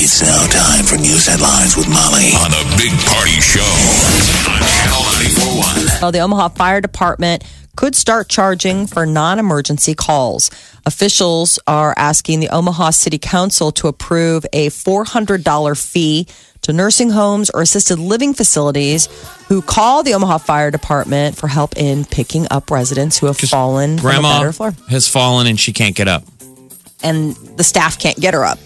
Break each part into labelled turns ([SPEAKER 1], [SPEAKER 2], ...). [SPEAKER 1] It's now time for news headlines with Molly on a big party show on Channel 941.
[SPEAKER 2] Well, the Omaha Fire Department could start charging for non emergency calls. Officials are asking the Omaha City Council to approve a $400 fee to nursing homes or assisted living facilities who call the Omaha Fire Department for help in picking up residents who have fallen on the
[SPEAKER 3] Grandma
[SPEAKER 2] batter floor.
[SPEAKER 3] has fallen and she can't get up.
[SPEAKER 2] and the staff can't get her up.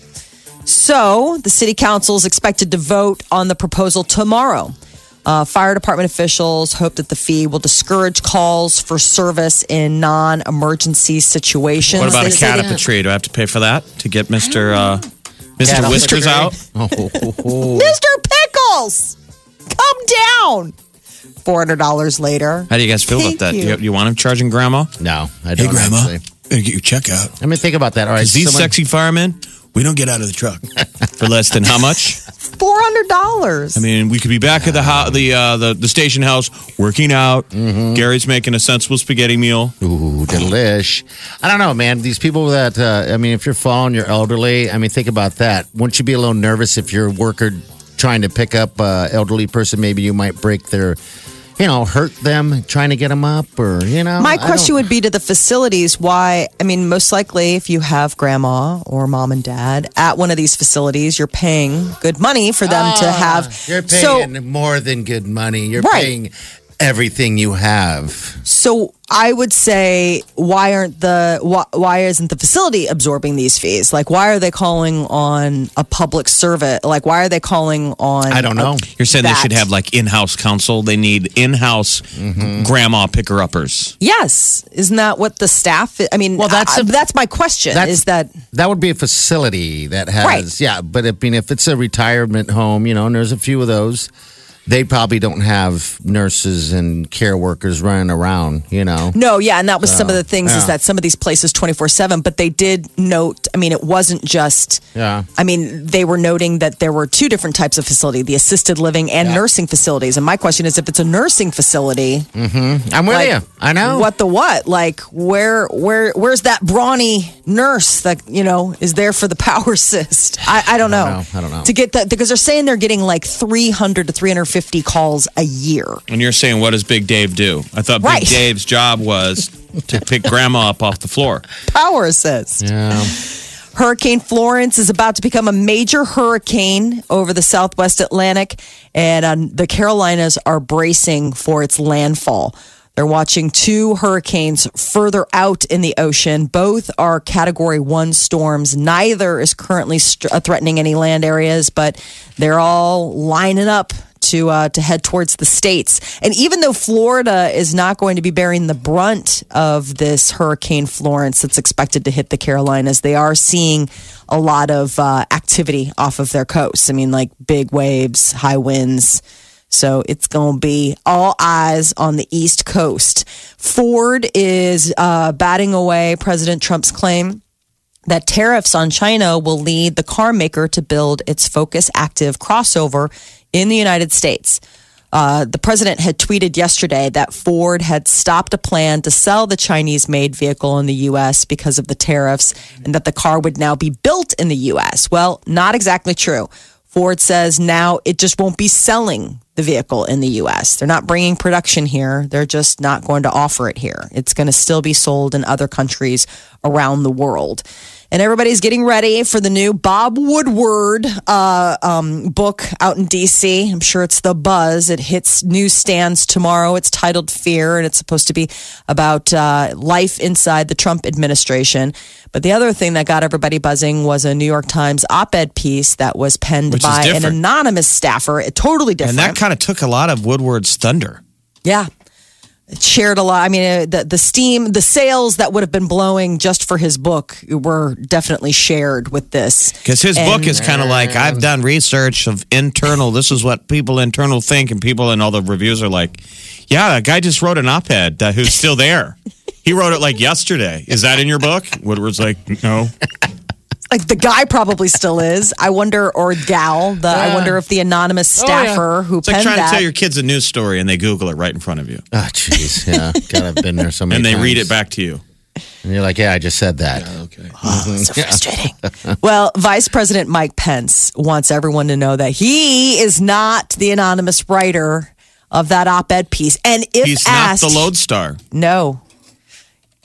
[SPEAKER 2] So the city council is expected to vote on the proposal tomorrow. Uh, fire department officials hope that the fee will discourage calls for service in non emergency situations.
[SPEAKER 3] What about
[SPEAKER 2] They
[SPEAKER 3] a
[SPEAKER 2] say
[SPEAKER 3] cat
[SPEAKER 2] they-
[SPEAKER 3] up a tree? Do I have to pay for that to get Mister uh, Mister
[SPEAKER 2] off the
[SPEAKER 3] Whiskers
[SPEAKER 2] tree.
[SPEAKER 3] out?
[SPEAKER 2] Mr. Pickles, come down. $400 later.
[SPEAKER 3] How do you guys feel
[SPEAKER 2] Thank
[SPEAKER 3] about that? Do
[SPEAKER 2] you.
[SPEAKER 3] you, you want him charging Grandma?
[SPEAKER 4] No, I don't. actually.
[SPEAKER 5] better get your check out.
[SPEAKER 4] I mean, think about that. All right,
[SPEAKER 3] Is these
[SPEAKER 4] someone-
[SPEAKER 3] sexy firemen
[SPEAKER 5] We don't get out of the truck.
[SPEAKER 3] for less than how much?
[SPEAKER 2] $400.
[SPEAKER 3] I mean, we could be back at the ho- the, uh, the the station house working out. Gary's making a sensible spaghetti meal.
[SPEAKER 4] Ooh, delish. I don't know, man. These people that, uh, I mean, if you're falling, you're elderly. I mean, think about that. Wouldn't you be a little nervous if your worker trying to pick up uh, elderly person? Maybe you might break their, you know, hurt them trying to get them up, or you know.
[SPEAKER 2] My question would be to the facilities why, I mean, most likely if you have grandma or mom and dad at one of these facilities, you're paying good money for them to have.
[SPEAKER 4] Ah, You're
[SPEAKER 2] so,
[SPEAKER 4] paying more than good money. You're
[SPEAKER 2] Right.
[SPEAKER 4] paying everything you have.
[SPEAKER 2] so I would say, why aren't the, why, why isn't the facility absorbing these fees? Like, why are they calling on a public service? Like, why are they calling on?
[SPEAKER 4] I don't know.
[SPEAKER 3] You're saying
[SPEAKER 2] That.
[SPEAKER 3] they should have like in-house counsel. They need in-house grandma picker-uppers.
[SPEAKER 2] Yes. Isn't that what the staff, I mean, well, that's,
[SPEAKER 4] that's a-
[SPEAKER 2] that's my question
[SPEAKER 4] That's-
[SPEAKER 2] is that,
[SPEAKER 4] That would be a facility that has,
[SPEAKER 2] Right.
[SPEAKER 4] yeah. But I mean, if it's a retirement home, you know, and there's a few of those, they probably don't have nurses and care workers running around, you know.
[SPEAKER 2] No, yeah, and that was some of the things is that some of these places twenty four seven, but they did note. I mean, it wasn't just.
[SPEAKER 4] Yeah.
[SPEAKER 2] I mean, they were noting that there were two different types of facility: the assisted living and nursing facilities. And my question is, if it's a nursing facility,
[SPEAKER 4] Mm-hmm. I'm with
[SPEAKER 2] like,
[SPEAKER 4] you. I know.
[SPEAKER 2] what the what? Like, where, where, where's that brawny nurse that you know is there for the power assist? I, I don't know.
[SPEAKER 4] know. I don't know.
[SPEAKER 2] to get that because they're saying they're getting like three hundred to three hundred fifty calls a year.
[SPEAKER 3] And you're saying, what does Big Dave do? I thought
[SPEAKER 2] Right.
[SPEAKER 3] Big Dave's job was to pick grandma up off the floor.
[SPEAKER 2] Power assist.
[SPEAKER 4] Yeah.
[SPEAKER 2] Hurricane Florence is about to become a major hurricane over the southwest Atlantic, and um, the Carolinas are bracing for its landfall. They're watching two hurricanes further out in the ocean. Both are Category 1 storms. Neither is currently st- uh, threatening any land areas, but they're all lining up to uh, to head towards the states. And even though Florida is not going to be bearing the brunt of this Hurricane Florence that's expected to hit the Carolinas, they are seeing a lot of uh, activity off of their coasts. I mean, like big waves, high winds. So it's going to be all eyes on the East Coast. Ford is uh, batting away President Trump's claim that tariffs on China will lead the car maker to build its Focus Active crossover in the United States. Uh, the president had tweeted yesterday that Ford had stopped a plan to sell the Chinese made vehicle in the U.S. because of the tariffs and that the car would now be built in the U.S. Well, not exactly true. Ford says now it just won't be selling the vehicle in the U.S. They're not bringing production here. They're just not going to offer it here. It's going to still be sold in other countries around the world. And everybody's getting ready for the new Bob Woodward uh, um, book out in D.C. I'm sure it's the buzz. It hits newsstands tomorrow. It's titled Fear, and it's supposed to be about uh, life inside the Trump administration. But the other thing that got everybody buzzing was a New York Times op ed piece that was penned
[SPEAKER 3] Which is
[SPEAKER 2] by an
[SPEAKER 3] different.
[SPEAKER 2] anonymous staffer. It, totally different.
[SPEAKER 3] And that kind of took a lot of Woodward's thunder.
[SPEAKER 2] yeah. shared a lot. I mean, uh, the the steam, the sales that would have been blowing just for his book were definitely shared with this.
[SPEAKER 3] Because his
[SPEAKER 2] And-
[SPEAKER 3] book is kind of like I've done research of internal. This is what people internal think, and people and all the reviews are like, "Yeah, that guy just wrote an op-ed that who's still there. He wrote it like yesterday. Is that in your book?" Woodward's like, "No."
[SPEAKER 2] like the guy probably still is. I wonder, or gal. The, I wonder if the anonymous staffer who
[SPEAKER 3] Oh, It's like
[SPEAKER 2] penned
[SPEAKER 3] trying
[SPEAKER 2] that.
[SPEAKER 3] to tell your kids a news story and they Google it right in front of you,
[SPEAKER 4] Oh, jeez. Yeah. God, I've been there so many
[SPEAKER 3] and they read
[SPEAKER 4] times.
[SPEAKER 3] it back to you.
[SPEAKER 4] And you're like, yeah, I just said that.
[SPEAKER 2] so frustrating. well, Vice President Mike Pence wants everyone to know that he is not the anonymous writer of that op-ed piece, and if
[SPEAKER 3] He's
[SPEAKER 2] asked,
[SPEAKER 3] not the lodestar.
[SPEAKER 2] no.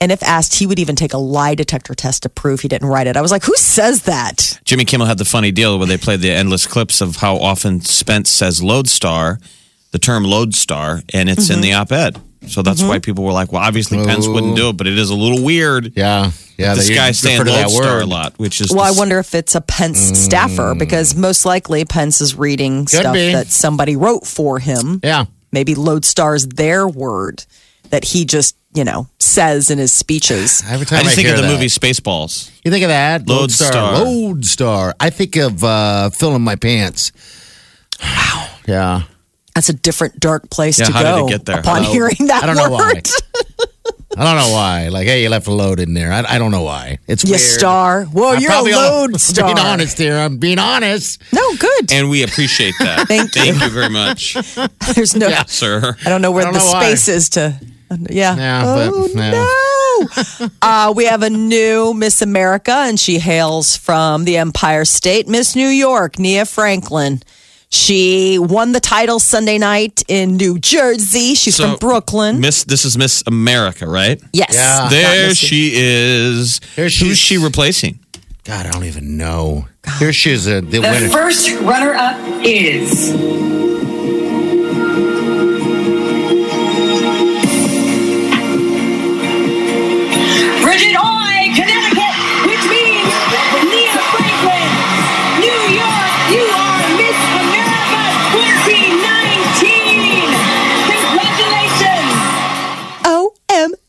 [SPEAKER 2] And if asked, he would even take a lie detector test to prove he didn't write it. I was like, who says that?
[SPEAKER 3] Jimmy Kimmel had the funny deal where they played the endless clips of how often Spence says lodestar, the term lodestar, and it's in the
[SPEAKER 4] Mm-hmm.
[SPEAKER 3] op-ed. So that's why people were like, "Well, obviously Pence wouldn't do it, but it is a little weird."
[SPEAKER 4] Yeah. Yeah.
[SPEAKER 3] this
[SPEAKER 4] they
[SPEAKER 3] guy's saying
[SPEAKER 4] refer to that
[SPEAKER 3] lodestar a
[SPEAKER 4] word.
[SPEAKER 3] lot, which is
[SPEAKER 2] Well, I
[SPEAKER 3] this-
[SPEAKER 2] wonder if it's a Pence staffer
[SPEAKER 3] Mm.
[SPEAKER 2] because most likely Pence is reading
[SPEAKER 4] Could
[SPEAKER 2] stuff
[SPEAKER 4] be.
[SPEAKER 2] that somebody wrote for him.
[SPEAKER 4] Yeah.
[SPEAKER 2] Maybe Lodestar's their word that he just, you know, says in his speeches.
[SPEAKER 4] Every time
[SPEAKER 3] I
[SPEAKER 4] I,
[SPEAKER 3] just think
[SPEAKER 4] hear
[SPEAKER 3] of the
[SPEAKER 4] that.
[SPEAKER 3] movie Spaceballs.
[SPEAKER 4] You think of that?
[SPEAKER 3] Lodestar.
[SPEAKER 4] Lodestar. I think of uh, filling my pants. Wow. Yeah.
[SPEAKER 2] That's a different dark place
[SPEAKER 3] Yeah,
[SPEAKER 2] to
[SPEAKER 3] how did
[SPEAKER 2] go
[SPEAKER 3] it get there?
[SPEAKER 2] upon
[SPEAKER 3] How-
[SPEAKER 2] hearing that
[SPEAKER 4] I don't know why.
[SPEAKER 2] word.
[SPEAKER 4] I don't know why. Like, hey, you left a load in there. I, I don't know why. It's
[SPEAKER 2] You
[SPEAKER 4] weird.
[SPEAKER 2] star. Whoa,
[SPEAKER 4] I'm
[SPEAKER 2] you're a
[SPEAKER 4] probably all-
[SPEAKER 2] Lodestar.
[SPEAKER 4] I'm being honest here. I'm being honest.
[SPEAKER 2] No, good.
[SPEAKER 3] And we appreciate that.
[SPEAKER 2] Thank you.
[SPEAKER 3] Thank you very much,
[SPEAKER 2] There's no.
[SPEAKER 3] sir.
[SPEAKER 2] I don't know where
[SPEAKER 4] I don't
[SPEAKER 2] the
[SPEAKER 4] know why.
[SPEAKER 2] space is to. Yeah.
[SPEAKER 4] Yeah, but-
[SPEAKER 2] oh
[SPEAKER 4] yeah.
[SPEAKER 2] no. uh, we have a new Miss America, and she hails from the Empire State, Miss New York, Nia Franklin. She won the title Sunday night in New Jersey. She's
[SPEAKER 3] So,
[SPEAKER 2] from Brooklyn.
[SPEAKER 3] Miss, this is Miss America, right?
[SPEAKER 2] yes.
[SPEAKER 4] Yeah.
[SPEAKER 3] There
[SPEAKER 2] Miss-
[SPEAKER 3] she is.
[SPEAKER 4] There she
[SPEAKER 3] Who's
[SPEAKER 4] is.
[SPEAKER 3] she replacing?
[SPEAKER 4] God, I don't even know. Here she is, uh, the
[SPEAKER 6] The
[SPEAKER 4] winner.
[SPEAKER 6] first runner up is. Bridget Oy, Connecticut, which means that Nia Franklin, New York, you are Miss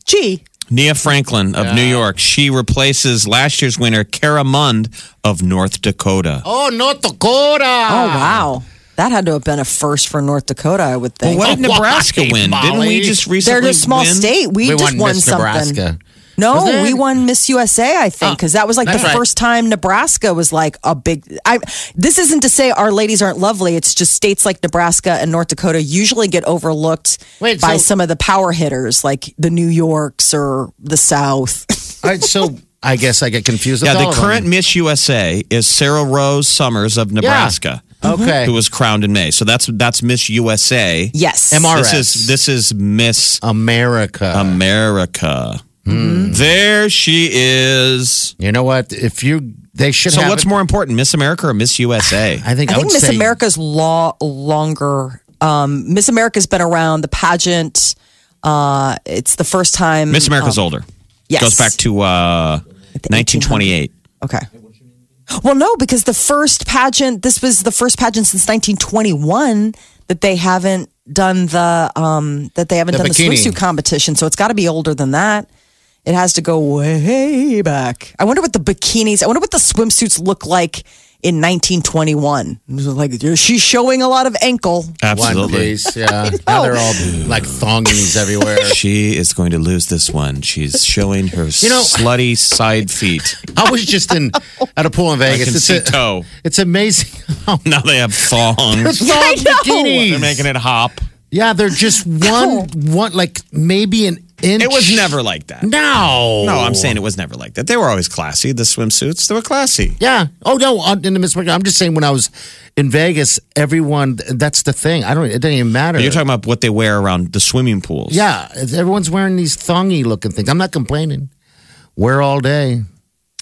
[SPEAKER 6] America 2019. Congratulations.
[SPEAKER 2] OMG.
[SPEAKER 3] Nia Franklin of New York. She replaces last year's winner, Kara Mund of North Dakota.
[SPEAKER 4] Oh, North Dakota.
[SPEAKER 2] Oh, wow. That had to have been a first for North Dakota, I would think.
[SPEAKER 3] Well, what did Nebraska
[SPEAKER 4] Why,
[SPEAKER 3] win? Didn't we
[SPEAKER 4] Molly?
[SPEAKER 3] just recently
[SPEAKER 2] They're a small
[SPEAKER 3] win?
[SPEAKER 2] state. We,
[SPEAKER 4] We
[SPEAKER 2] just
[SPEAKER 4] won
[SPEAKER 2] won
[SPEAKER 4] Miss
[SPEAKER 2] something.
[SPEAKER 4] Nebraska. Wasn't
[SPEAKER 2] No,
[SPEAKER 4] it? Oh,
[SPEAKER 2] we won Miss USA, I think, because that was like the
[SPEAKER 4] that's right.
[SPEAKER 2] first time Nebraska was like a big. I, this isn't to say our ladies aren't lovely. It's just states like Nebraska and North Dakota usually get overlooked
[SPEAKER 4] Wait,
[SPEAKER 2] by
[SPEAKER 4] so-
[SPEAKER 2] some of the power hitters, like the New Yorks or the South.
[SPEAKER 4] All right, so I guess I get confused.
[SPEAKER 3] Yeah,
[SPEAKER 4] with all
[SPEAKER 3] the
[SPEAKER 4] of
[SPEAKER 3] current
[SPEAKER 4] them.
[SPEAKER 3] Miss USA is Sarah Rose Summers of Nebraska.
[SPEAKER 4] Okay.
[SPEAKER 3] Who was crowned in May. So that's that's Miss USA.
[SPEAKER 2] yes,
[SPEAKER 4] Am I-
[SPEAKER 3] This
[SPEAKER 4] RS.
[SPEAKER 3] is this is Miss
[SPEAKER 4] America.
[SPEAKER 3] Um, America.
[SPEAKER 4] Mm-hmm.
[SPEAKER 3] There she is.
[SPEAKER 4] you know what? If you, they should.
[SPEAKER 3] So
[SPEAKER 4] have
[SPEAKER 3] what's
[SPEAKER 4] it.
[SPEAKER 3] more important, Miss America or Miss USA?
[SPEAKER 4] I think.
[SPEAKER 2] I
[SPEAKER 4] I,
[SPEAKER 2] think
[SPEAKER 4] would
[SPEAKER 2] Miss
[SPEAKER 4] say-
[SPEAKER 2] America's law longer. Um, Miss America's been around the pageant. Uh, it's the first time um,
[SPEAKER 3] Miss America's
[SPEAKER 4] Oh,
[SPEAKER 3] older.
[SPEAKER 2] yes.
[SPEAKER 3] Goes back to uh, 1928.
[SPEAKER 2] Okay. Well, no, because the first pageant, this was the first pageant since 1921 that they haven't done the um that they haven't
[SPEAKER 4] The
[SPEAKER 2] done
[SPEAKER 4] bikini.
[SPEAKER 2] the swimsuit competition. So it's got to be older than that. It has to go way back. I wonder what the bikinis. I wonder what the swimsuits look like in 1921. It was Like she's showing a lot of ankle.
[SPEAKER 4] One
[SPEAKER 3] Absolutely.
[SPEAKER 4] piece, yeah. Now they're all like thongies everywhere.
[SPEAKER 3] She is going to lose this one. She's showing her
[SPEAKER 4] know-
[SPEAKER 3] slutty side feet.
[SPEAKER 4] I was just in at a pool in
[SPEAKER 3] I
[SPEAKER 4] Vegas.
[SPEAKER 3] can
[SPEAKER 4] it's,
[SPEAKER 3] see
[SPEAKER 4] a-
[SPEAKER 3] toe.
[SPEAKER 4] it's amazing. how
[SPEAKER 3] Now they have thongs.
[SPEAKER 4] thong
[SPEAKER 3] They're
[SPEAKER 4] bikinis.
[SPEAKER 3] making it hop.
[SPEAKER 4] Yeah, they're just one, one like maybe an inch.
[SPEAKER 3] It was never like that.
[SPEAKER 4] No,
[SPEAKER 3] No, I'm saying it was never like that. They were always classy. The swimsuits, they were classy.
[SPEAKER 4] Yeah. Oh no, on- in the Miss America. I'm just saying when I was in Vegas, everyone. That's the thing. I don't. It doesn't even matter.
[SPEAKER 3] You're talking about what they wear around the swimming pools.
[SPEAKER 4] Yeah, everyone's wearing these thongy looking things. I'm not complaining. Wear all day.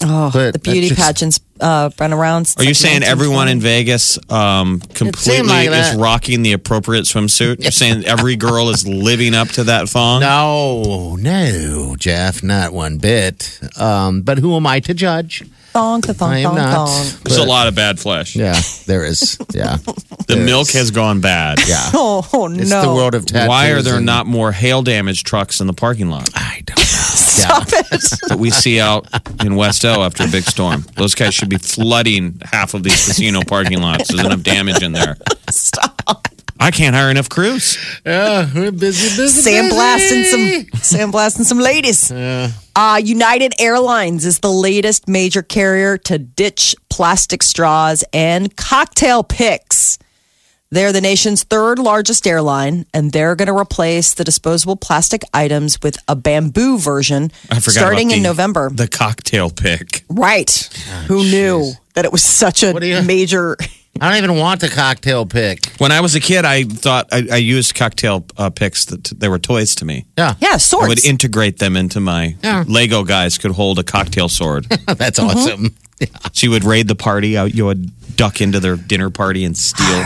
[SPEAKER 2] Oh,
[SPEAKER 4] But
[SPEAKER 2] the beauty
[SPEAKER 4] that just-
[SPEAKER 2] pageants uh, been around. Since
[SPEAKER 3] Are you
[SPEAKER 2] like
[SPEAKER 3] saying everyone in Vegas um, completely
[SPEAKER 4] like
[SPEAKER 3] is
[SPEAKER 4] that.
[SPEAKER 3] rocking the appropriate swimsuit? You're saying every girl is living up to that thong?
[SPEAKER 4] No, no, Jeff, not one bit. Um, but who am I to judge?
[SPEAKER 2] 1921? Thong, thong,
[SPEAKER 4] I am
[SPEAKER 2] thong,
[SPEAKER 4] not.
[SPEAKER 2] thong.
[SPEAKER 3] There's a
[SPEAKER 4] But-
[SPEAKER 3] lot of bad flesh.
[SPEAKER 4] Yeah, there is. Yeah.
[SPEAKER 3] The
[SPEAKER 4] There
[SPEAKER 3] milk
[SPEAKER 4] is.
[SPEAKER 3] has gone bad.
[SPEAKER 4] Yeah.
[SPEAKER 2] Oh, oh,
[SPEAKER 4] It's
[SPEAKER 2] no.
[SPEAKER 4] the world of tattoos.
[SPEAKER 3] Why are there
[SPEAKER 4] and-
[SPEAKER 3] not more hail damage trucks in the parking lot
[SPEAKER 4] I don't know.
[SPEAKER 2] Stop it.
[SPEAKER 3] that we see out in West O after a big storm? Those guys should be flooding half of these casino parking lots. There's enough damage in there. Stop. I can't hire enough crews.
[SPEAKER 4] Yeah, we're busy, busy,
[SPEAKER 2] sandblasting
[SPEAKER 4] busy.
[SPEAKER 2] some sandblasting some ladies. Uh, United Airlines is the latest major carrier to ditch plastic straws and cocktail picks. They're the nation's third largest airline, and they're going to replace the disposable plastic items with a bamboo version
[SPEAKER 3] I forgot.
[SPEAKER 2] starting
[SPEAKER 3] about
[SPEAKER 2] in
[SPEAKER 3] the-
[SPEAKER 2] November.
[SPEAKER 3] The cocktail pick.
[SPEAKER 2] right. Who knew that it was such a
[SPEAKER 4] What do you-
[SPEAKER 2] major.
[SPEAKER 4] I don't even want the cocktail pick.
[SPEAKER 3] When I was a kid, I thought I, I used cocktail uh, picks that they were toys to me.
[SPEAKER 4] Yeah.
[SPEAKER 2] Yeah,
[SPEAKER 3] I
[SPEAKER 2] sorts.
[SPEAKER 3] would integrate them into my
[SPEAKER 4] Yeah.
[SPEAKER 3] Lego guys could hold a cocktail sword.
[SPEAKER 4] That's awesome.
[SPEAKER 3] so you would raid the party out. You would duck into their dinner party and steal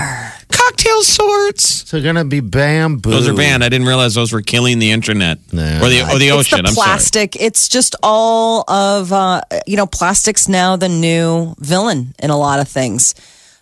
[SPEAKER 3] cocktail swords.
[SPEAKER 4] So gonna be bamboo.
[SPEAKER 3] Those are banned. I didn't realize those were killing the internet
[SPEAKER 4] Nah.
[SPEAKER 3] or the or Oh, the
[SPEAKER 2] it's
[SPEAKER 3] ocean.
[SPEAKER 2] the
[SPEAKER 3] I'm sorry.
[SPEAKER 2] plastic. It's just all of uh, you know. Plastics now the new villain in a lot of things.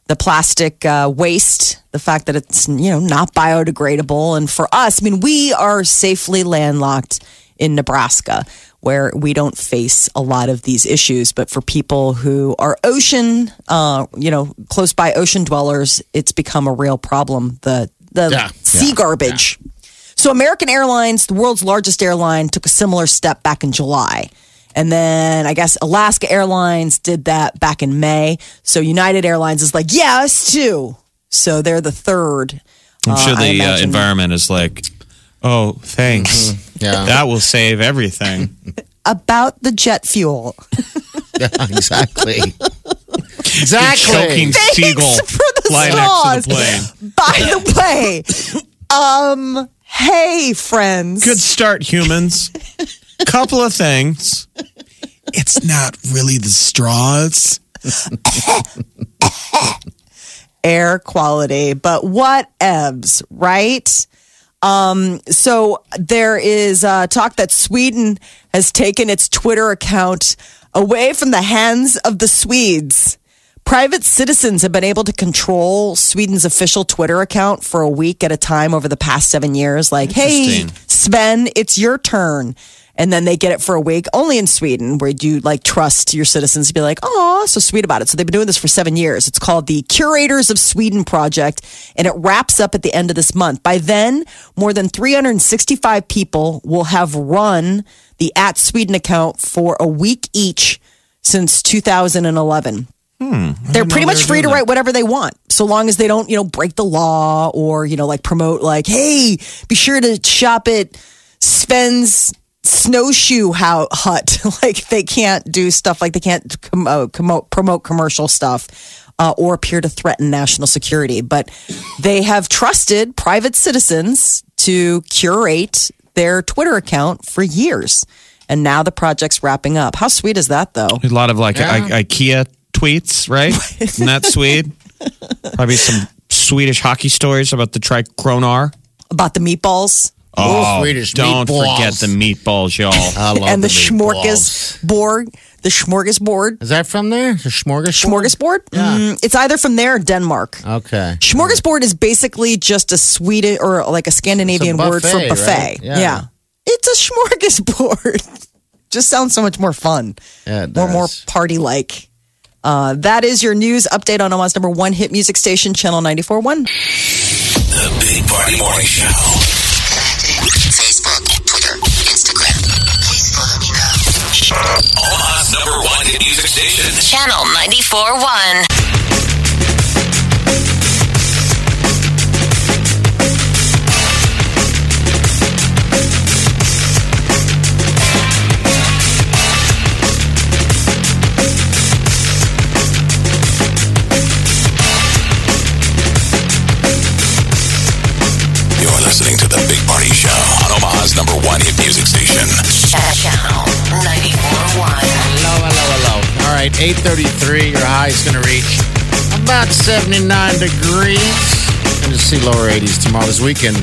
[SPEAKER 2] The plastic uh, waste, the fact that it's you know not biodegradable, and for us, I mean, we are safely landlocked in Nebraska, where we don't face a lot of these issues. But for people who are ocean, uh, you know, close by ocean dwellers, it's become a real problem. The the
[SPEAKER 4] Yeah,
[SPEAKER 2] sea
[SPEAKER 4] yeah,
[SPEAKER 2] garbage. So American Airlines, the world's largest airline, took a similar step back in July. And then I guess Alaska Airlines did that back in May. So United Airlines is like, yeah, us too. So they're the third.
[SPEAKER 3] I'm sure
[SPEAKER 2] Uh, I
[SPEAKER 3] the uh,
[SPEAKER 2] imagine-
[SPEAKER 3] environment is like, oh, thanks.
[SPEAKER 4] Yeah.
[SPEAKER 3] That will save everything.
[SPEAKER 2] About the jet fuel.
[SPEAKER 4] exactly.
[SPEAKER 3] You're
[SPEAKER 4] exactly.
[SPEAKER 3] Choking seagull
[SPEAKER 2] Thanks for the
[SPEAKER 3] fly
[SPEAKER 2] straws.
[SPEAKER 3] next to the plane.
[SPEAKER 2] By the way, um, hey friends.
[SPEAKER 3] Good start, humans. Couple of things.
[SPEAKER 5] It's not really the straws.
[SPEAKER 2] air quality, but what evs, right? Um, so there is uh, talk that Sweden has taken its Twitter account away from the hands of the Swedes. Private citizens have been able to control Sweden's official Twitter account for a week at a time over the past seven years. Like, hey,
[SPEAKER 3] Interesting.
[SPEAKER 2] Sven, it's your turn. And then they get it for a week only in Sweden, where you like trust your citizens to be like, oh, so sweet about it. So they've been doing this for seven years. It's called the Curators of Sweden Project, and it wraps up at the end of this month. By then, more than 365 people will have run the at Sweden account for a week each since 2011 they're pretty much free to write whatever they want so long as they don't you know break the law or you know like promote like hey be sure to shop at sven's snowshoe hou- hut like they can't do stuff like they can't com- uh, commo- promote commercial stuff uh, or appear to threaten national security but they have trusted private citizens to curate their twitter account for years and now the project's wrapping up how sweet is that though
[SPEAKER 3] A lot of like I- IKEA tweets, right? Isn't that Swede? Probably some Swedish hockey stories about the Trikronar.
[SPEAKER 2] about the meatballs
[SPEAKER 4] Oh, Swedish
[SPEAKER 3] Don't
[SPEAKER 4] meatballs.
[SPEAKER 3] forget the meatballs, y'all.
[SPEAKER 4] I love
[SPEAKER 2] and the,
[SPEAKER 4] meatballs.
[SPEAKER 2] smorgasbord, the smorgasbord,
[SPEAKER 4] Is that from there? The smorgasbord.
[SPEAKER 2] smorgasbord. Mm, it's either from there or Denmark.
[SPEAKER 4] Okay.
[SPEAKER 2] Smorgasbord is basically just a Swedish or like a Scandinavian word for
[SPEAKER 4] buffet,
[SPEAKER 2] buffet.
[SPEAKER 4] right?
[SPEAKER 2] Yeah.
[SPEAKER 4] Yeah.
[SPEAKER 2] it's a smorgasbord. just sounds so much more fun
[SPEAKER 4] Yeah, it
[SPEAKER 2] or more
[SPEAKER 4] does.
[SPEAKER 2] party like. Uh, that is your news update on Omaha's number one hit music station, Channel 94.1.
[SPEAKER 1] The Big Party Morning Show.
[SPEAKER 7] Facebook, Twitter, Instagram. Please follow me now.
[SPEAKER 1] Omaha's number one hit music station.
[SPEAKER 7] Channel 94.1.
[SPEAKER 1] You're listening to The Big Party Show on Omaha's number one hit music station.
[SPEAKER 7] Channel 94.1.
[SPEAKER 4] Hello, hello, hello. All right, 833. Your high is going to reach about 79 degrees. Going to see lower 80s tomorrow. This weekend,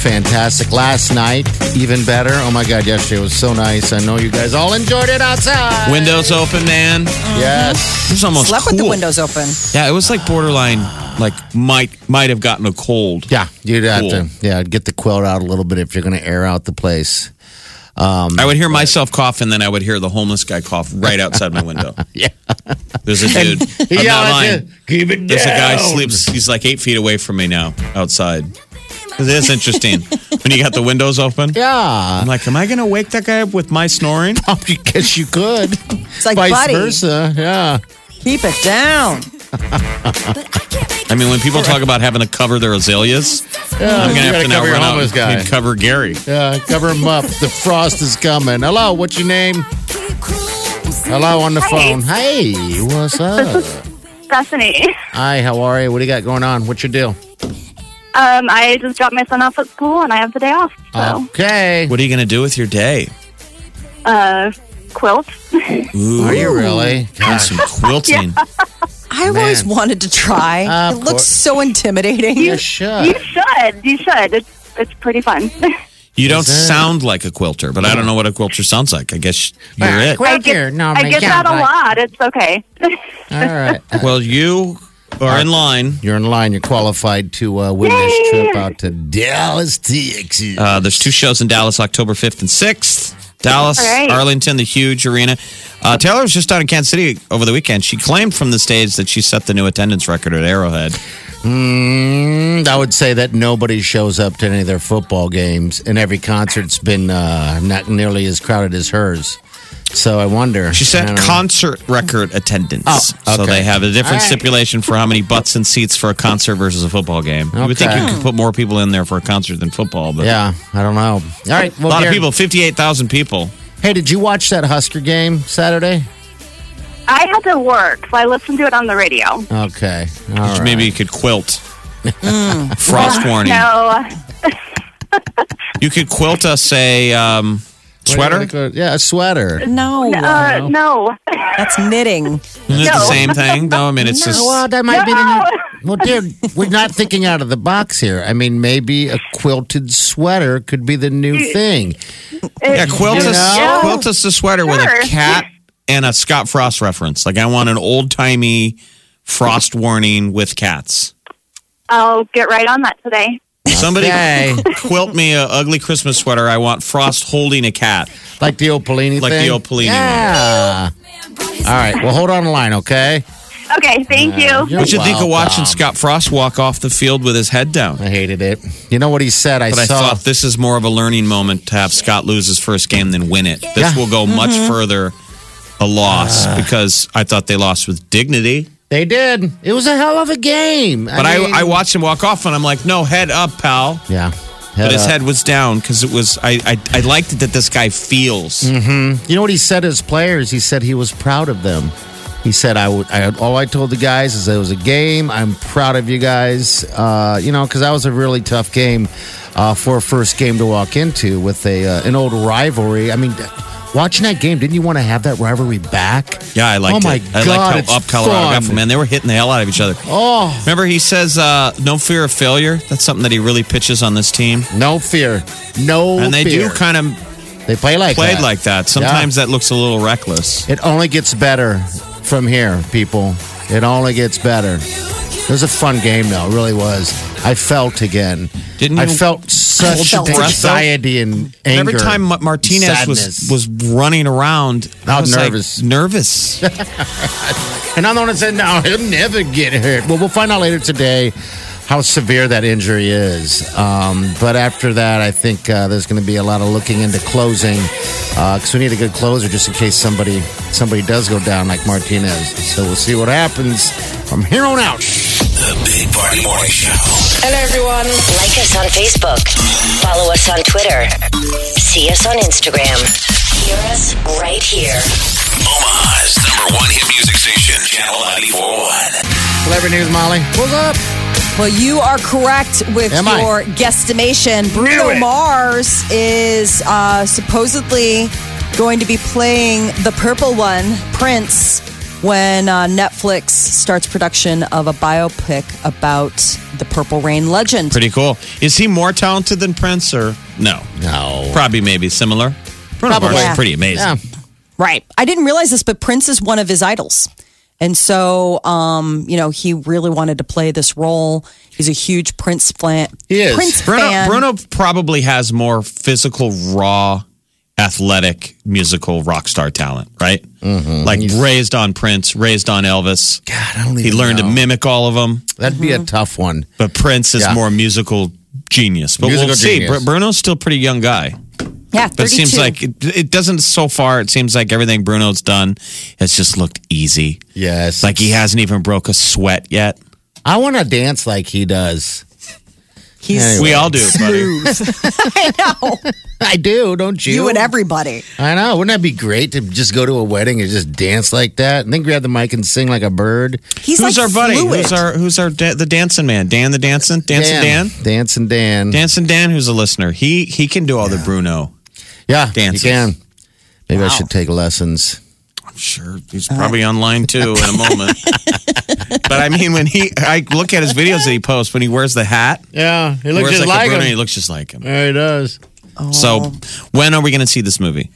[SPEAKER 4] fantastic. Last night, even better. Oh my God, yesterday was so nice. I know you guys all enjoyed it outside.
[SPEAKER 3] Windows open, man. It
[SPEAKER 4] Yes.
[SPEAKER 3] was almost
[SPEAKER 2] Slept
[SPEAKER 3] cool.
[SPEAKER 2] with the windows open.
[SPEAKER 3] Yeah, it was like borderline like might might have gotten a cold.
[SPEAKER 4] Yeah, you'd have
[SPEAKER 3] Mm-hmm. Cool.
[SPEAKER 4] to yeah get the quilt out a little bit if you're going to air out the place.
[SPEAKER 3] I would hear myself cough, and then I would hear the homeless guy cough right outside my window.
[SPEAKER 4] Yeah.
[SPEAKER 3] There's a dude. I'm not lying.
[SPEAKER 4] keep it
[SPEAKER 3] There's a guy sleeps. He's like eight feet away from me now, outside. It is interesting when you got the windows open.
[SPEAKER 4] Yeah,
[SPEAKER 3] I'm like, am I going to wake that guy up with my snoring?
[SPEAKER 4] I guess you could. It's
[SPEAKER 2] like,
[SPEAKER 4] vice
[SPEAKER 2] buddy.
[SPEAKER 4] versa. Yeah,
[SPEAKER 2] Keep it down.
[SPEAKER 3] I mean, when people talk about having to cover their azaleas, I'm going to
[SPEAKER 4] you
[SPEAKER 3] have
[SPEAKER 4] gotta
[SPEAKER 3] to now
[SPEAKER 4] cover your
[SPEAKER 3] run out
[SPEAKER 4] homeless
[SPEAKER 3] and
[SPEAKER 4] guy.
[SPEAKER 3] and cover Gary.
[SPEAKER 4] yeah. Cover him up. The frost is coming. Hello, what's your name? Hello on the phone. Hey, what's up?
[SPEAKER 8] Stephanie.
[SPEAKER 4] Hi, how are you? What do you got going on? What's your deal?
[SPEAKER 8] Um, I just dropped my son off at school and I have the day off. So,
[SPEAKER 4] Oh. Okay.
[SPEAKER 3] What are you going to do with your day?
[SPEAKER 8] uh, quilt.
[SPEAKER 3] Ooh,
[SPEAKER 4] Are you really?
[SPEAKER 3] doing some quilting.
[SPEAKER 2] I've always
[SPEAKER 4] Man. Ah,
[SPEAKER 2] wanted to try.
[SPEAKER 4] Of
[SPEAKER 2] it looks
[SPEAKER 4] course.
[SPEAKER 2] so intimidating.
[SPEAKER 4] You
[SPEAKER 8] You
[SPEAKER 4] should.
[SPEAKER 8] should. You should. It's, it's pretty fun.
[SPEAKER 3] You don't
[SPEAKER 4] Is it?
[SPEAKER 3] sound like a quilter, but I don't know what a quilter sounds like. I guess you're it.
[SPEAKER 8] I
[SPEAKER 4] Right here.
[SPEAKER 8] get,
[SPEAKER 4] No,
[SPEAKER 8] I get that a lot. It's okay.
[SPEAKER 4] All right.
[SPEAKER 3] Well, you are in line.
[SPEAKER 4] You're in line. You're qualified to uh, win this trip out to Dallas, Texas.
[SPEAKER 3] Uh, there's two shows in Dallas, October 5th and 6th. Dallas,
[SPEAKER 8] All right.
[SPEAKER 3] Arlington, the huge arena. Uh, Taylor was just down in Kansas City over the weekend. She claimed from the stage that she set the new attendance record at Arrowhead.
[SPEAKER 4] Mm, I would say that nobody shows up to any of their football games, and every concert's been uh, not nearly as crowded as hers. So I wonder.
[SPEAKER 3] She
[SPEAKER 4] I
[SPEAKER 3] set
[SPEAKER 4] don't know.
[SPEAKER 3] concert record attendance.
[SPEAKER 4] Oh,
[SPEAKER 3] So
[SPEAKER 4] okay.
[SPEAKER 3] they have a different
[SPEAKER 4] All right.
[SPEAKER 3] stipulation for how many butts and seats for a concert versus a football game. You would think
[SPEAKER 4] Okay.
[SPEAKER 3] you could put more people in there for a concert than football, but
[SPEAKER 4] Yeah, I don't know. All right,
[SPEAKER 3] a
[SPEAKER 4] well,
[SPEAKER 3] lot of
[SPEAKER 4] Darren-
[SPEAKER 3] people, 58,000 people.
[SPEAKER 4] Hey, did you watch that Husker game Saturday?
[SPEAKER 8] I had to work, so I listened to it on the radio.
[SPEAKER 4] Okay, all right. Mm.
[SPEAKER 3] Maybe you could quilt. Frost warning.
[SPEAKER 8] No,
[SPEAKER 3] You could quilt us a um, sweater.
[SPEAKER 4] Yeah, a sweater.
[SPEAKER 2] No,
[SPEAKER 8] uh, no.
[SPEAKER 2] that's knitting.
[SPEAKER 3] Isn't it the
[SPEAKER 8] No.
[SPEAKER 3] same thing? No, I mean it's just.
[SPEAKER 4] Well, that might be the
[SPEAKER 8] No.
[SPEAKER 4] new. Well, dude, we're not thinking out of the box here. I mean, maybe a quilted sweater could be the new thing.
[SPEAKER 3] Yeah, quilt
[SPEAKER 4] You
[SPEAKER 3] us,
[SPEAKER 4] know?
[SPEAKER 3] quilt us a sweater with a
[SPEAKER 8] Sure.
[SPEAKER 3] cat and a Scott Frost reference. Like I want an old timey Frost warning with cats.
[SPEAKER 8] I'll get right on that today.
[SPEAKER 3] Somebody
[SPEAKER 4] Okay.
[SPEAKER 3] quilt me a ugly Christmas sweater. I want Frost holding a cat.
[SPEAKER 4] Like the old Polini
[SPEAKER 3] Like the
[SPEAKER 4] thing?
[SPEAKER 3] old Polini one.
[SPEAKER 4] Yeah. All right. Well, hold on the line, okay?
[SPEAKER 8] Okay, thank you.
[SPEAKER 4] You're
[SPEAKER 3] What you think of
[SPEAKER 4] welcome.
[SPEAKER 3] watching Scott Frost walk off the field with his head down?
[SPEAKER 4] I hated it. You know what he said? I
[SPEAKER 3] But I
[SPEAKER 4] saw.
[SPEAKER 3] thought this is more of a learning moment to have Scott lose his first game than win it. This
[SPEAKER 4] Yeah. Uh.
[SPEAKER 3] will go much further a loss because I thought they lost with dignity.
[SPEAKER 4] they did. It was a hell of a game.
[SPEAKER 3] But
[SPEAKER 4] mean-
[SPEAKER 3] I, I watched him walk off, and I'm like, no, head up, pal.
[SPEAKER 4] Yeah.
[SPEAKER 3] but his
[SPEAKER 4] up.
[SPEAKER 3] head was down because it was. I, I I liked it that this guy feels.
[SPEAKER 4] Mm. You know what he said to his players? He said he was proud of them. He said, "I would. I, all I told the guys is it was a game. I'm proud of you guys. Uh, you know, because that was a really tough game uh, for a first game to walk into with a uh, an old rivalry. I mean, watching that game, didn't you want to have that rivalry back?
[SPEAKER 3] Yeah, I liked
[SPEAKER 4] Oh my
[SPEAKER 3] it. I
[SPEAKER 4] god,
[SPEAKER 3] liked
[SPEAKER 4] it's
[SPEAKER 3] how up Colorado
[SPEAKER 4] fun.
[SPEAKER 3] got from man. They were hitting the hell out of each other.
[SPEAKER 4] Oh,
[SPEAKER 3] Remember, he says, uh, "No fear of failure." That's something that he really pitches on this team,
[SPEAKER 4] no fear, no.
[SPEAKER 3] and they
[SPEAKER 4] fear.
[SPEAKER 3] do kind of
[SPEAKER 4] They play like
[SPEAKER 3] played
[SPEAKER 4] that.
[SPEAKER 3] like that. Sometimes that looks a little reckless.
[SPEAKER 4] It only gets better from here, people. It only gets better. It was a fun game, though. It really was. I felt again.
[SPEAKER 3] Didn't
[SPEAKER 4] I
[SPEAKER 3] you
[SPEAKER 4] felt such
[SPEAKER 3] hold your breath, though?
[SPEAKER 4] anxiety and
[SPEAKER 3] And
[SPEAKER 4] anger.
[SPEAKER 3] Every time Ma-
[SPEAKER 4] and
[SPEAKER 3] Martinez
[SPEAKER 4] sadness.
[SPEAKER 3] was was running around, I
[SPEAKER 4] Now
[SPEAKER 3] was like,
[SPEAKER 4] nervous.
[SPEAKER 3] nervous.
[SPEAKER 4] and I'm the one that said, "No, he'll never get hurt." Well, we'll find out later today how severe that injury is. Um, but after that, I think uh, there's going to be a lot of looking into closing because we need a good closer just in case somebody somebody does go down like Martinez. So we'll see what happens from here on out.
[SPEAKER 1] The Big Party Morning Show.
[SPEAKER 7] Hello, everyone. Like us on Facebook. Follow us on Twitter. See us on Instagram. Hear us right here.
[SPEAKER 1] Omaha's number one hit music station, Channel 941.
[SPEAKER 4] Celebrity news, Molly. What's up?
[SPEAKER 2] Well, you are correct with
[SPEAKER 4] Am I?
[SPEAKER 2] your guesstimation. Bruno Mars is uh, supposedly going to be playing the purple one, Prince, when uh, Netflix starts production of a biopic about the Purple Rain legend.
[SPEAKER 3] Pretty cool. Is he more talented than Prince or no?
[SPEAKER 4] No.
[SPEAKER 3] Probably maybe similar. Bruno Mars is
[SPEAKER 2] Yeah.
[SPEAKER 3] pretty amazing.
[SPEAKER 4] Yeah.
[SPEAKER 2] Right. I didn't realize this, but Prince is one of his idols. And so, um, you know, he really wanted to play this role. He's a huge Prince fan. Prince
[SPEAKER 3] Bruno,
[SPEAKER 2] fan.
[SPEAKER 3] Bruno probably has more physical, raw, athletic, musical rock star talent, right? Mm-hmm. Like raised on Prince, raised on Elvis. God, I
[SPEAKER 4] don't
[SPEAKER 3] He
[SPEAKER 4] even
[SPEAKER 3] learned
[SPEAKER 4] know.
[SPEAKER 3] to mimic all of them.
[SPEAKER 4] That'd be a tough one.
[SPEAKER 3] But Prince is
[SPEAKER 4] Yeah.
[SPEAKER 3] more musical genius. But
[SPEAKER 4] Musical
[SPEAKER 3] we'll see.
[SPEAKER 4] genius.
[SPEAKER 3] Br- Bruno's still a pretty young guy.
[SPEAKER 2] Yeah, 32.
[SPEAKER 3] But it seems like it, it doesn't so far. It seems like everything Bruno's done has just looked easy.
[SPEAKER 4] Yes.
[SPEAKER 3] Like he hasn't even broke a sweat yet.
[SPEAKER 4] I want to dance like he does.
[SPEAKER 2] he's
[SPEAKER 3] We all do, buddy.
[SPEAKER 2] I know
[SPEAKER 4] I do, don't you?
[SPEAKER 2] you and everybody.
[SPEAKER 4] I know. Wouldn't that be great to just go to a wedding and just dance like that, and then grab the mic and sing like a bird?
[SPEAKER 2] He's
[SPEAKER 3] who's
[SPEAKER 2] like
[SPEAKER 3] our buddy?
[SPEAKER 2] Fluid.
[SPEAKER 3] Who's our who's our da- the dancing man? Dan the dancing, dancing Dan,
[SPEAKER 4] dancing Dan,
[SPEAKER 3] dancing Dan. Who's a listener? He he can do all the Bruno.
[SPEAKER 4] yeah,
[SPEAKER 3] dances.
[SPEAKER 4] You can. Maybe I should take lessons.
[SPEAKER 3] I'm sure he's probably online too in a moment. but I mean, when he I look at his videos that he posts when he wears the hat,
[SPEAKER 4] Yeah, he
[SPEAKER 3] wears like, a Bruno, he looks just like him.
[SPEAKER 4] Yeah, he does.
[SPEAKER 3] So when are we going to see this movie?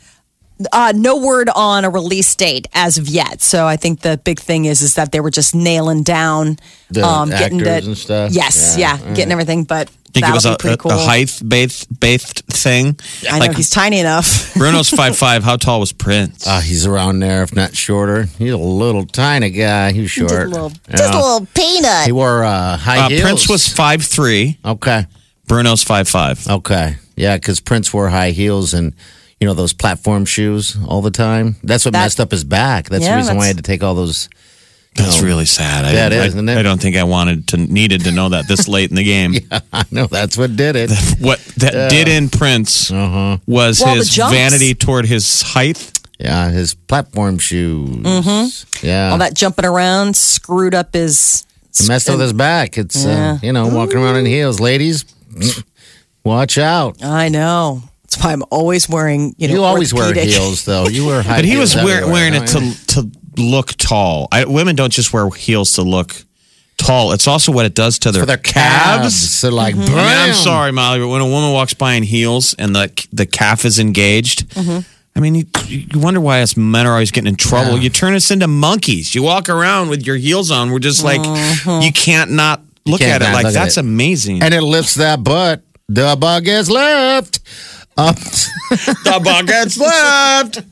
[SPEAKER 2] uh, no word on a release date as of yet. So I think the big thing is is that they were just nailing down, um,
[SPEAKER 4] The actors and stuff?
[SPEAKER 2] Yes,
[SPEAKER 4] Yeah.
[SPEAKER 2] yeah, getting everything. But
[SPEAKER 3] think it was
[SPEAKER 2] that'll
[SPEAKER 3] a,
[SPEAKER 2] be pretty
[SPEAKER 3] a,
[SPEAKER 2] cool.
[SPEAKER 3] a height bathed bathed thing.
[SPEAKER 2] I know he's tiny enough.
[SPEAKER 3] Bruno's five five. How tall was Prince?
[SPEAKER 4] Ah, he's around there, if not shorter. He's a little tiny guy. He's short.
[SPEAKER 2] Just a little,
[SPEAKER 4] Yeah.
[SPEAKER 2] just a little peanut.
[SPEAKER 4] He wore uh, high
[SPEAKER 3] Uh,
[SPEAKER 4] heels.
[SPEAKER 3] Prince was five three.
[SPEAKER 4] okay.
[SPEAKER 3] Bruno's five five.
[SPEAKER 4] Okay. Yeah, because Prince wore high heels and, you know, those platform shoes all the time. That's what
[SPEAKER 2] That-
[SPEAKER 4] messed up his back. That's the
[SPEAKER 2] Yeah,
[SPEAKER 4] reason why I
[SPEAKER 2] that's-
[SPEAKER 4] had to take all those.
[SPEAKER 3] That's
[SPEAKER 4] No.
[SPEAKER 3] really sad. I,
[SPEAKER 4] Yeah, it
[SPEAKER 3] didn't-
[SPEAKER 4] is,
[SPEAKER 3] I,
[SPEAKER 4] isn't it?
[SPEAKER 3] I don't think I wanted to needed to know that this late in the game.
[SPEAKER 4] I know that's what did it.
[SPEAKER 3] What that did in Prince
[SPEAKER 4] Uh-huh.
[SPEAKER 3] was
[SPEAKER 2] Well, the
[SPEAKER 3] his
[SPEAKER 2] jumps.
[SPEAKER 3] vanity toward his height.
[SPEAKER 4] Yeah, his platform shoes. Mm-hmm. Yeah.
[SPEAKER 2] All that jumping around screwed up his.
[SPEAKER 4] It messed up his back. It's, uh, you know, walking around in heels. Ladies, mm, watch out.
[SPEAKER 2] I know. That's why I'm always wearing. You know,
[SPEAKER 4] You always wear
[SPEAKER 2] orthopedic-
[SPEAKER 4] heels, though. You wear high
[SPEAKER 3] But he
[SPEAKER 4] heels
[SPEAKER 3] was wear,
[SPEAKER 4] everywhere.
[SPEAKER 3] wearing it to to look tall. I, women don't just wear heels to look tall. It's also what it does to their,
[SPEAKER 4] For their calves. They're like,
[SPEAKER 3] I mean, I'm
[SPEAKER 4] "Bam."
[SPEAKER 3] sorry, Molly, but when a woman walks by in heels and the the calf is engaged,
[SPEAKER 2] Mm-hmm.
[SPEAKER 3] I mean, you, you wonder why us men are always getting in trouble. You turn us into monkeys. You walk around with your heels on. We're just like,
[SPEAKER 2] Mm-hmm.
[SPEAKER 3] you can't not look at
[SPEAKER 4] can't
[SPEAKER 3] it.
[SPEAKER 4] not
[SPEAKER 3] Like
[SPEAKER 4] look at
[SPEAKER 3] that's
[SPEAKER 4] it.
[SPEAKER 3] amazing.
[SPEAKER 4] And it lifts that butt. The bug is left. Up.
[SPEAKER 3] the bucket's left.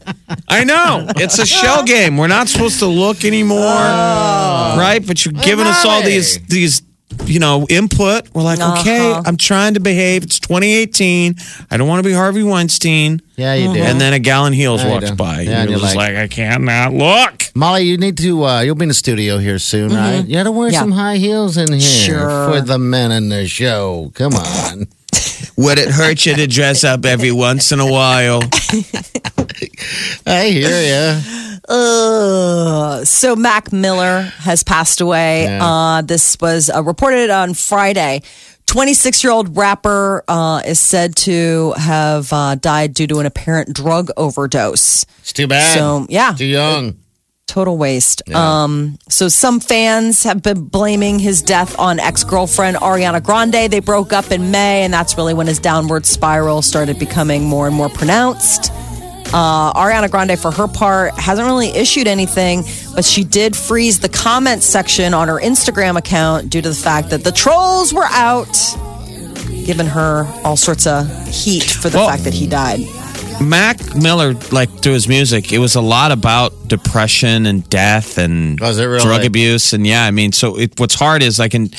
[SPEAKER 3] I know it's a shell game. We're not supposed to look anymore, right? But you're giving us all
[SPEAKER 4] Molly.
[SPEAKER 3] these these. You know, input. We're like, okay, I'm trying to behave. It's 2018. I don't want to be Harvey Weinstein.
[SPEAKER 4] yeah, you do.
[SPEAKER 3] And then a gal in heels
[SPEAKER 4] Yeah, you
[SPEAKER 3] walks
[SPEAKER 4] do.
[SPEAKER 3] by.
[SPEAKER 4] Yeah,
[SPEAKER 3] and
[SPEAKER 4] and
[SPEAKER 3] you're
[SPEAKER 4] you're
[SPEAKER 3] just like,
[SPEAKER 4] like-
[SPEAKER 3] I cannot look.
[SPEAKER 4] Molly, you need to. Uh, you'll be in the studio here soon, right? You got to wear
[SPEAKER 2] Yeah.
[SPEAKER 4] some high heels in here
[SPEAKER 2] Sure.
[SPEAKER 4] for the men in the show. Come on,
[SPEAKER 3] Would it hurt you to dress up every once in a while?
[SPEAKER 4] I hear you.
[SPEAKER 2] Ugh. So Mac Miller has passed away. Uh, this was uh, reported on Friday. 26 year old rapper uh, is said to have uh, died due to an apparent drug overdose.
[SPEAKER 4] It's too bad.
[SPEAKER 2] So, yeah.
[SPEAKER 4] too young.
[SPEAKER 2] Total waste. Um, so some fans have been blaming his death on ex girlfriend Ariana Grande. They broke up in May, and that's really when his downward spiral started becoming more and more pronounced. Uh, Ariana Grande, for her part, hasn't really issued anything, but she did freeze the comment section on her Instagram account due to the fact that the trolls were out, giving her all sorts of heat for the
[SPEAKER 3] Well-
[SPEAKER 2] fact that he died.
[SPEAKER 3] Mac Miller, like through his music, it was a lot about depression and death and
[SPEAKER 4] Was it really?
[SPEAKER 3] drug abuse. And yeah, I mean, so it, what's hard is I can.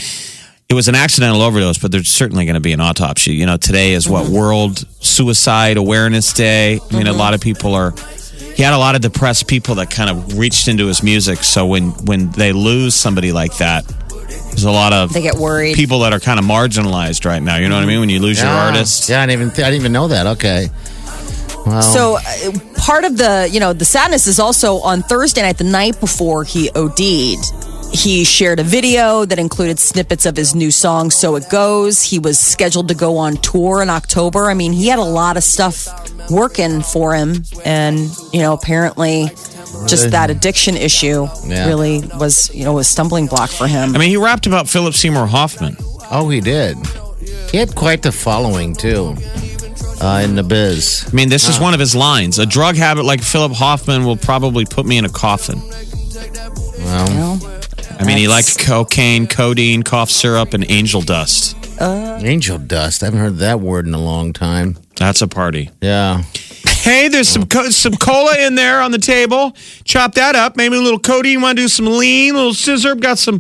[SPEAKER 3] It was an accidental overdose, but there's certainly going to be an autopsy. You know, today is
[SPEAKER 4] Mm-hmm.
[SPEAKER 3] what World Suicide Awareness Day. I mean, a lot of people are. He had a lot of depressed people that kind of reached into his music. So when when they lose somebody like that, there's a lot of
[SPEAKER 2] They get worried.
[SPEAKER 3] people that are kind of marginalized right now. You know what I mean? When you lose your artist,
[SPEAKER 4] Yeah, I didn't even. Th- I didn't even know that. Okay. Wow.
[SPEAKER 2] So uh, part of the, you know, the sadness is also on Thursday night, the night before he OD'd. He shared a video that included snippets of his new song, So It Goes. He was scheduled to go on tour in October. I mean, he had a lot of stuff working for him. And, you know, apparently just that addiction issue
[SPEAKER 4] Yeah.
[SPEAKER 2] really was, you know, a stumbling block for him.
[SPEAKER 3] I mean, he rapped about Philip Seymour Hoffman.
[SPEAKER 4] oh, he did. He had quite the following too, uh, in the biz.
[SPEAKER 3] I mean, this is one of his lines. A drug habit like Philip Hoffman will probably put me in a coffin.
[SPEAKER 4] Well,
[SPEAKER 3] I mean, he liked cocaine, codeine, cough syrup, and angel dust.
[SPEAKER 4] angel dust. I haven't heard that word in a long time.
[SPEAKER 3] That's a party.
[SPEAKER 4] Yeah.
[SPEAKER 3] Hey, there's some co- some cola in there on the table. Chop that up. Maybe a little codeine. Want to do some lean? little scissor. Got some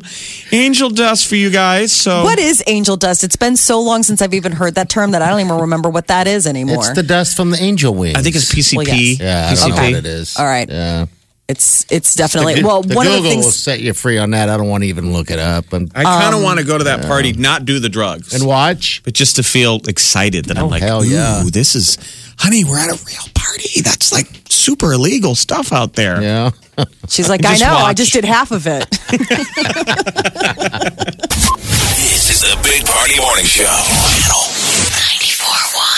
[SPEAKER 3] angel dust for you guys. So
[SPEAKER 2] What is angel dust? It's been so long since I've even heard that term that I don't even remember what that is anymore.
[SPEAKER 4] It's the dust from the angel wings.
[SPEAKER 3] I think it's PCP.
[SPEAKER 2] Well, yes.
[SPEAKER 4] Yeah, I don't know what it is.
[SPEAKER 2] All right.
[SPEAKER 4] Yeah.
[SPEAKER 2] it's it's definitely well
[SPEAKER 4] the
[SPEAKER 2] one
[SPEAKER 4] Google
[SPEAKER 2] of the
[SPEAKER 4] will
[SPEAKER 2] things
[SPEAKER 4] set you free on that. I don't want to even look it up. And,
[SPEAKER 3] I kind of
[SPEAKER 2] Um,
[SPEAKER 3] want to go to that party, not do the drugs,
[SPEAKER 4] and watch.
[SPEAKER 3] but just to feel excited that I'm like,
[SPEAKER 4] Oh, hell yeah.
[SPEAKER 3] ooh, this is, honey, we're at a real party. That's like super illegal stuff out there.
[SPEAKER 4] Yeah.
[SPEAKER 2] she's like i
[SPEAKER 3] Just
[SPEAKER 2] know i
[SPEAKER 3] watch.
[SPEAKER 2] just did half of it
[SPEAKER 1] This is the Big Party Morning Show. Channel 94.1.